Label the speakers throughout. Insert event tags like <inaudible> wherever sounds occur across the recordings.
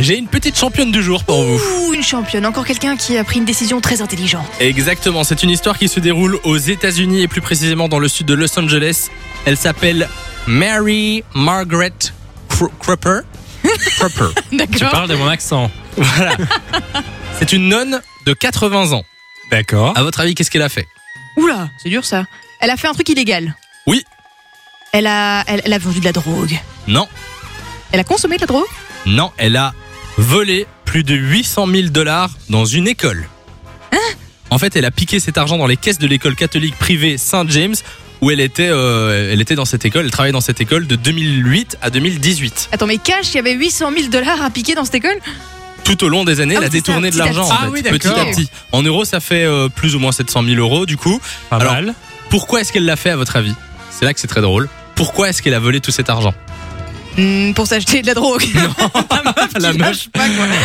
Speaker 1: J'ai une petite championne du jour pour vous.
Speaker 2: Ouh, une championne, encore quelqu'un qui a pris une décision très intelligente.
Speaker 1: Exactement, c'est une histoire qui se déroule aux États-Unis et plus précisément dans le sud de Los Angeles. Elle s'appelle Mary Margaret Cro- Cropper. <laughs> Cropper.
Speaker 2: <laughs>
Speaker 3: Tu
Speaker 2: D'accord.
Speaker 3: parles de mon accent.
Speaker 1: Voilà. C'est une nonne de 80 ans.
Speaker 3: D'accord.
Speaker 1: À votre avis, qu'est-ce qu'elle a fait
Speaker 2: Oula, c'est dur ça. Elle a fait un truc illégal.
Speaker 1: Oui.
Speaker 2: Elle a, elle, elle a vendu de la drogue.
Speaker 1: Non,
Speaker 2: Elle a consommé de la drogue
Speaker 1: non, elle a volé plus de 800 000 dollars dans une école. En fait, elle a piqué cet argent dans les caisses de l'école catholique privée Saint James où elle était, euh, elle était dans cette école, elle travaillait dans cette école de 2008 à 2018.
Speaker 2: Attends, mais cash, il y avait 800 000 dollars à piquer dans cette école
Speaker 1: Tout au long des années,
Speaker 2: Ah
Speaker 1: elle a
Speaker 2: oui, c'est ça,
Speaker 1: détourné de
Speaker 2: petit à
Speaker 1: l'argent
Speaker 2: petit.
Speaker 1: en
Speaker 3: Ah
Speaker 1: fait,
Speaker 3: oui,
Speaker 1: petit à
Speaker 3: d'accord.
Speaker 1: petit. En euros, ça fait euh, plus ou moins 700 000 euros du coup.
Speaker 3: Pas
Speaker 1: Alors-
Speaker 3: mal.
Speaker 1: Pourquoi est-ce qu'elle l'a fait à votre avis C'est là que c'est très drôle. Pourquoi est-ce qu'elle a volé tout cet
Speaker 2: <laughs>
Speaker 1: argent
Speaker 2: Hmm, Pour s'acheter de la drogue.
Speaker 1: La meuf,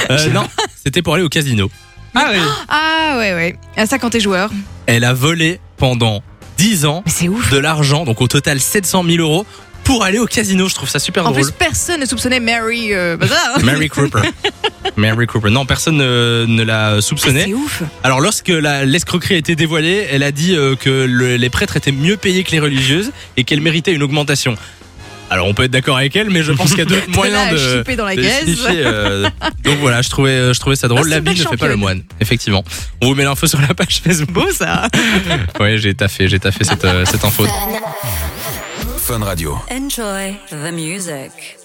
Speaker 1: euh, non, c'était pour aller au casino.
Speaker 3: Ah oui.
Speaker 2: <laughs> Ah ouais, ouais. À ça quand t'es joueur.
Speaker 1: Elle a volé pendant 10 ans
Speaker 2: Mais c'est ouf.
Speaker 1: de l'argent, donc au total 700 000 euros, pour aller au casino. Je trouve ça super
Speaker 2: En
Speaker 1: drôle.
Speaker 2: plus, personne ne soupçonnait Mary. euh, Bazar.
Speaker 1: Mary Cooper.
Speaker 2: <laughs>
Speaker 1: Mary Cooper. Non, personne euh, ne l'a
Speaker 2: Ah,
Speaker 1: soupçonnée.
Speaker 2: c'est ouf.
Speaker 1: Alors lorsque la- l'escroquerie a été dévoilée, elle a dit euh, que le- les prêtres étaient mieux payés que les religieuses et qu'elle méritait une augmentation. Alors on peut être d'accord avec elle, mais je pense qu'il y a
Speaker 2: <laughs>
Speaker 1: d'autres moyens
Speaker 2: Là,
Speaker 1: de,
Speaker 2: choper dans la
Speaker 1: de
Speaker 2: caisse.
Speaker 1: signifier, euh, donc voilà, je trouvais, euh, je trouvais ça
Speaker 2: Ah,
Speaker 1: drôle.
Speaker 2: c'est
Speaker 1: la
Speaker 2: une
Speaker 1: bille ne
Speaker 2: belle
Speaker 1: fait pas le
Speaker 2: championne.
Speaker 1: moine, effectivement. On vous met l'info sur la page Facebook.
Speaker 2: Beau ça.
Speaker 1: <laughs> Ouais, j'ai taffé, j'ai taffé cette, euh, cette info.
Speaker 4: Fun Radio.
Speaker 5: Enjoy the music.